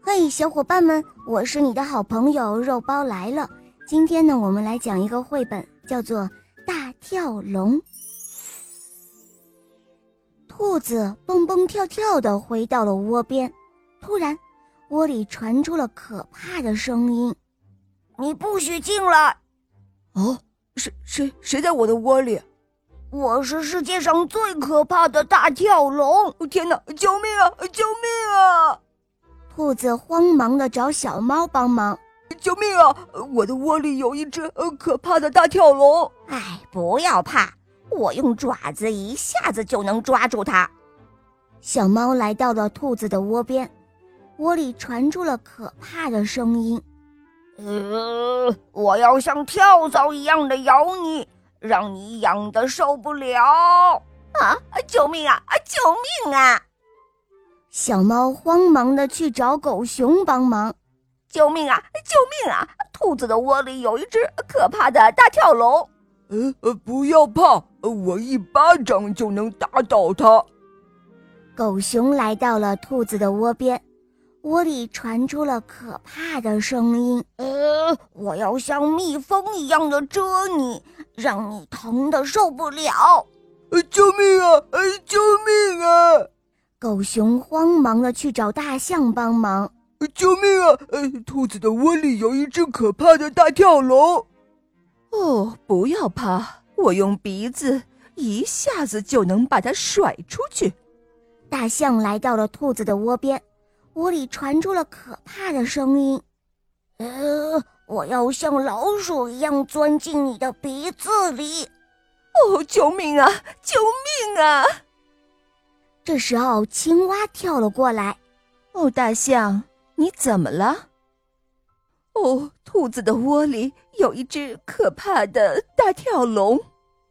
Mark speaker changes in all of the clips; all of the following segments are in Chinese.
Speaker 1: 嘿，小伙伴们，我是你的好朋友肉包来了。今天呢，我们来讲一个绘本，叫做《大跳龙》。兔子蹦蹦跳跳的回到了窝边，突然，窝里传出了可怕的声音：“
Speaker 2: 你不许进来！”
Speaker 3: 哦，谁谁谁在我的窝里？
Speaker 2: 我是世界上最可怕的大跳龙！
Speaker 3: 天哪，救命啊！救命啊！
Speaker 1: 兔子慌忙的找小猫帮忙。
Speaker 3: 救命啊！我的窝里有一只呃可怕的大跳龙。
Speaker 2: 哎，不要怕，我用爪子一下子就能抓住它。
Speaker 1: 小猫来到了兔子的窝边，窝里传出了可怕的声音：“
Speaker 2: 呃，我要像跳蚤一样的咬你，让你痒的受不了！啊，救命啊！啊，救命啊！”
Speaker 1: 小猫慌忙的去找狗熊帮忙。
Speaker 2: 救命啊！救命啊！兔子的窝里有一只可怕的大跳龙。
Speaker 3: 呃呃，不要怕，呃我一巴掌就能打倒它。
Speaker 1: 狗熊来到了兔子的窝边，窝里传出了可怕的声音：“
Speaker 2: 呃，我要像蜜蜂一样的蛰你，让你疼的受不了！
Speaker 3: 呃，救命啊！呃，救命啊！”
Speaker 1: 狗熊慌忙的去找大象帮忙。
Speaker 3: 救命啊！呃，兔子的窝里有一只可怕的大跳龙。
Speaker 4: 哦，不要怕，我用鼻子一下子就能把它甩出去。
Speaker 1: 大象来到了兔子的窝边，窝里传出了可怕的声音：“
Speaker 2: 呃，我要像老鼠一样钻进你的鼻子里！
Speaker 4: 哦，救命啊！救命啊！”
Speaker 1: 这时候，青蛙跳了过来：“
Speaker 4: 哦，大象。”你怎么了？哦，兔子的窝里有一只可怕的大跳龙。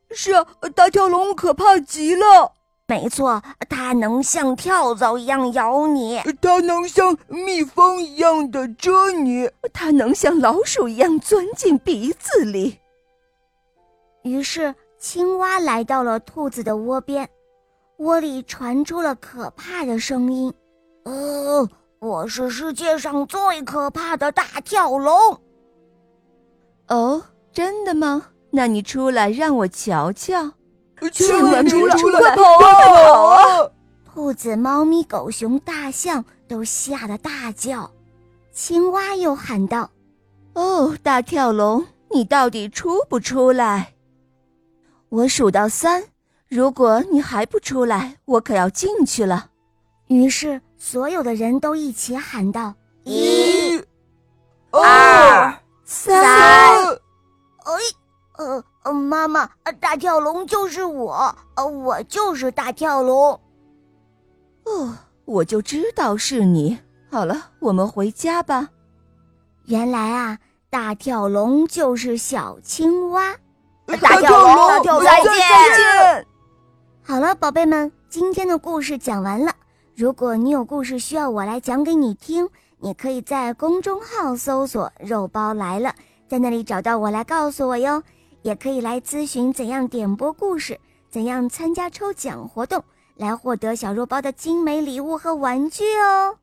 Speaker 3: 是啊，大跳龙可怕极了。
Speaker 2: 没错，它能像跳蚤一样咬你，
Speaker 3: 它能像蜜蜂一样的蛰你，
Speaker 4: 它能像老鼠一样钻进鼻子里。
Speaker 1: 于是，青蛙来到了兔子的窝边，窝里传出了可怕的声音：“
Speaker 2: 呃。”我是世界上最可怕的大跳龙。
Speaker 4: 哦，真的吗？那你出来让我瞧瞧。
Speaker 3: 千万
Speaker 4: 别
Speaker 3: 出
Speaker 4: 来，
Speaker 3: 跑啊！
Speaker 1: 兔子、猫咪、狗熊、大象都吓得大叫。青蛙又喊道：“
Speaker 4: 哦，大跳龙，你到底出不出来？我数到三，如果你还不出来，我可要进去了。”
Speaker 1: 于是，所有的人都一起喊道：“
Speaker 2: 一、
Speaker 3: 二、
Speaker 4: 三！”
Speaker 2: 哎，呃呃，妈妈，大跳龙就是我，呃，我就是大跳龙。
Speaker 4: 哦，我就知道是你。好了，我们回家吧。
Speaker 1: 原来啊，大跳龙就是小青蛙。
Speaker 2: 大跳龙，大跳龙，再见！
Speaker 3: 再见
Speaker 1: 好了，宝贝们，今天的故事讲完了。如果你有故事需要我来讲给你听，你可以在公众号搜索“肉包来了”，在那里找到我来告诉我哟。也可以来咨询怎样点播故事，怎样参加抽奖活动，来获得小肉包的精美礼物和玩具哦。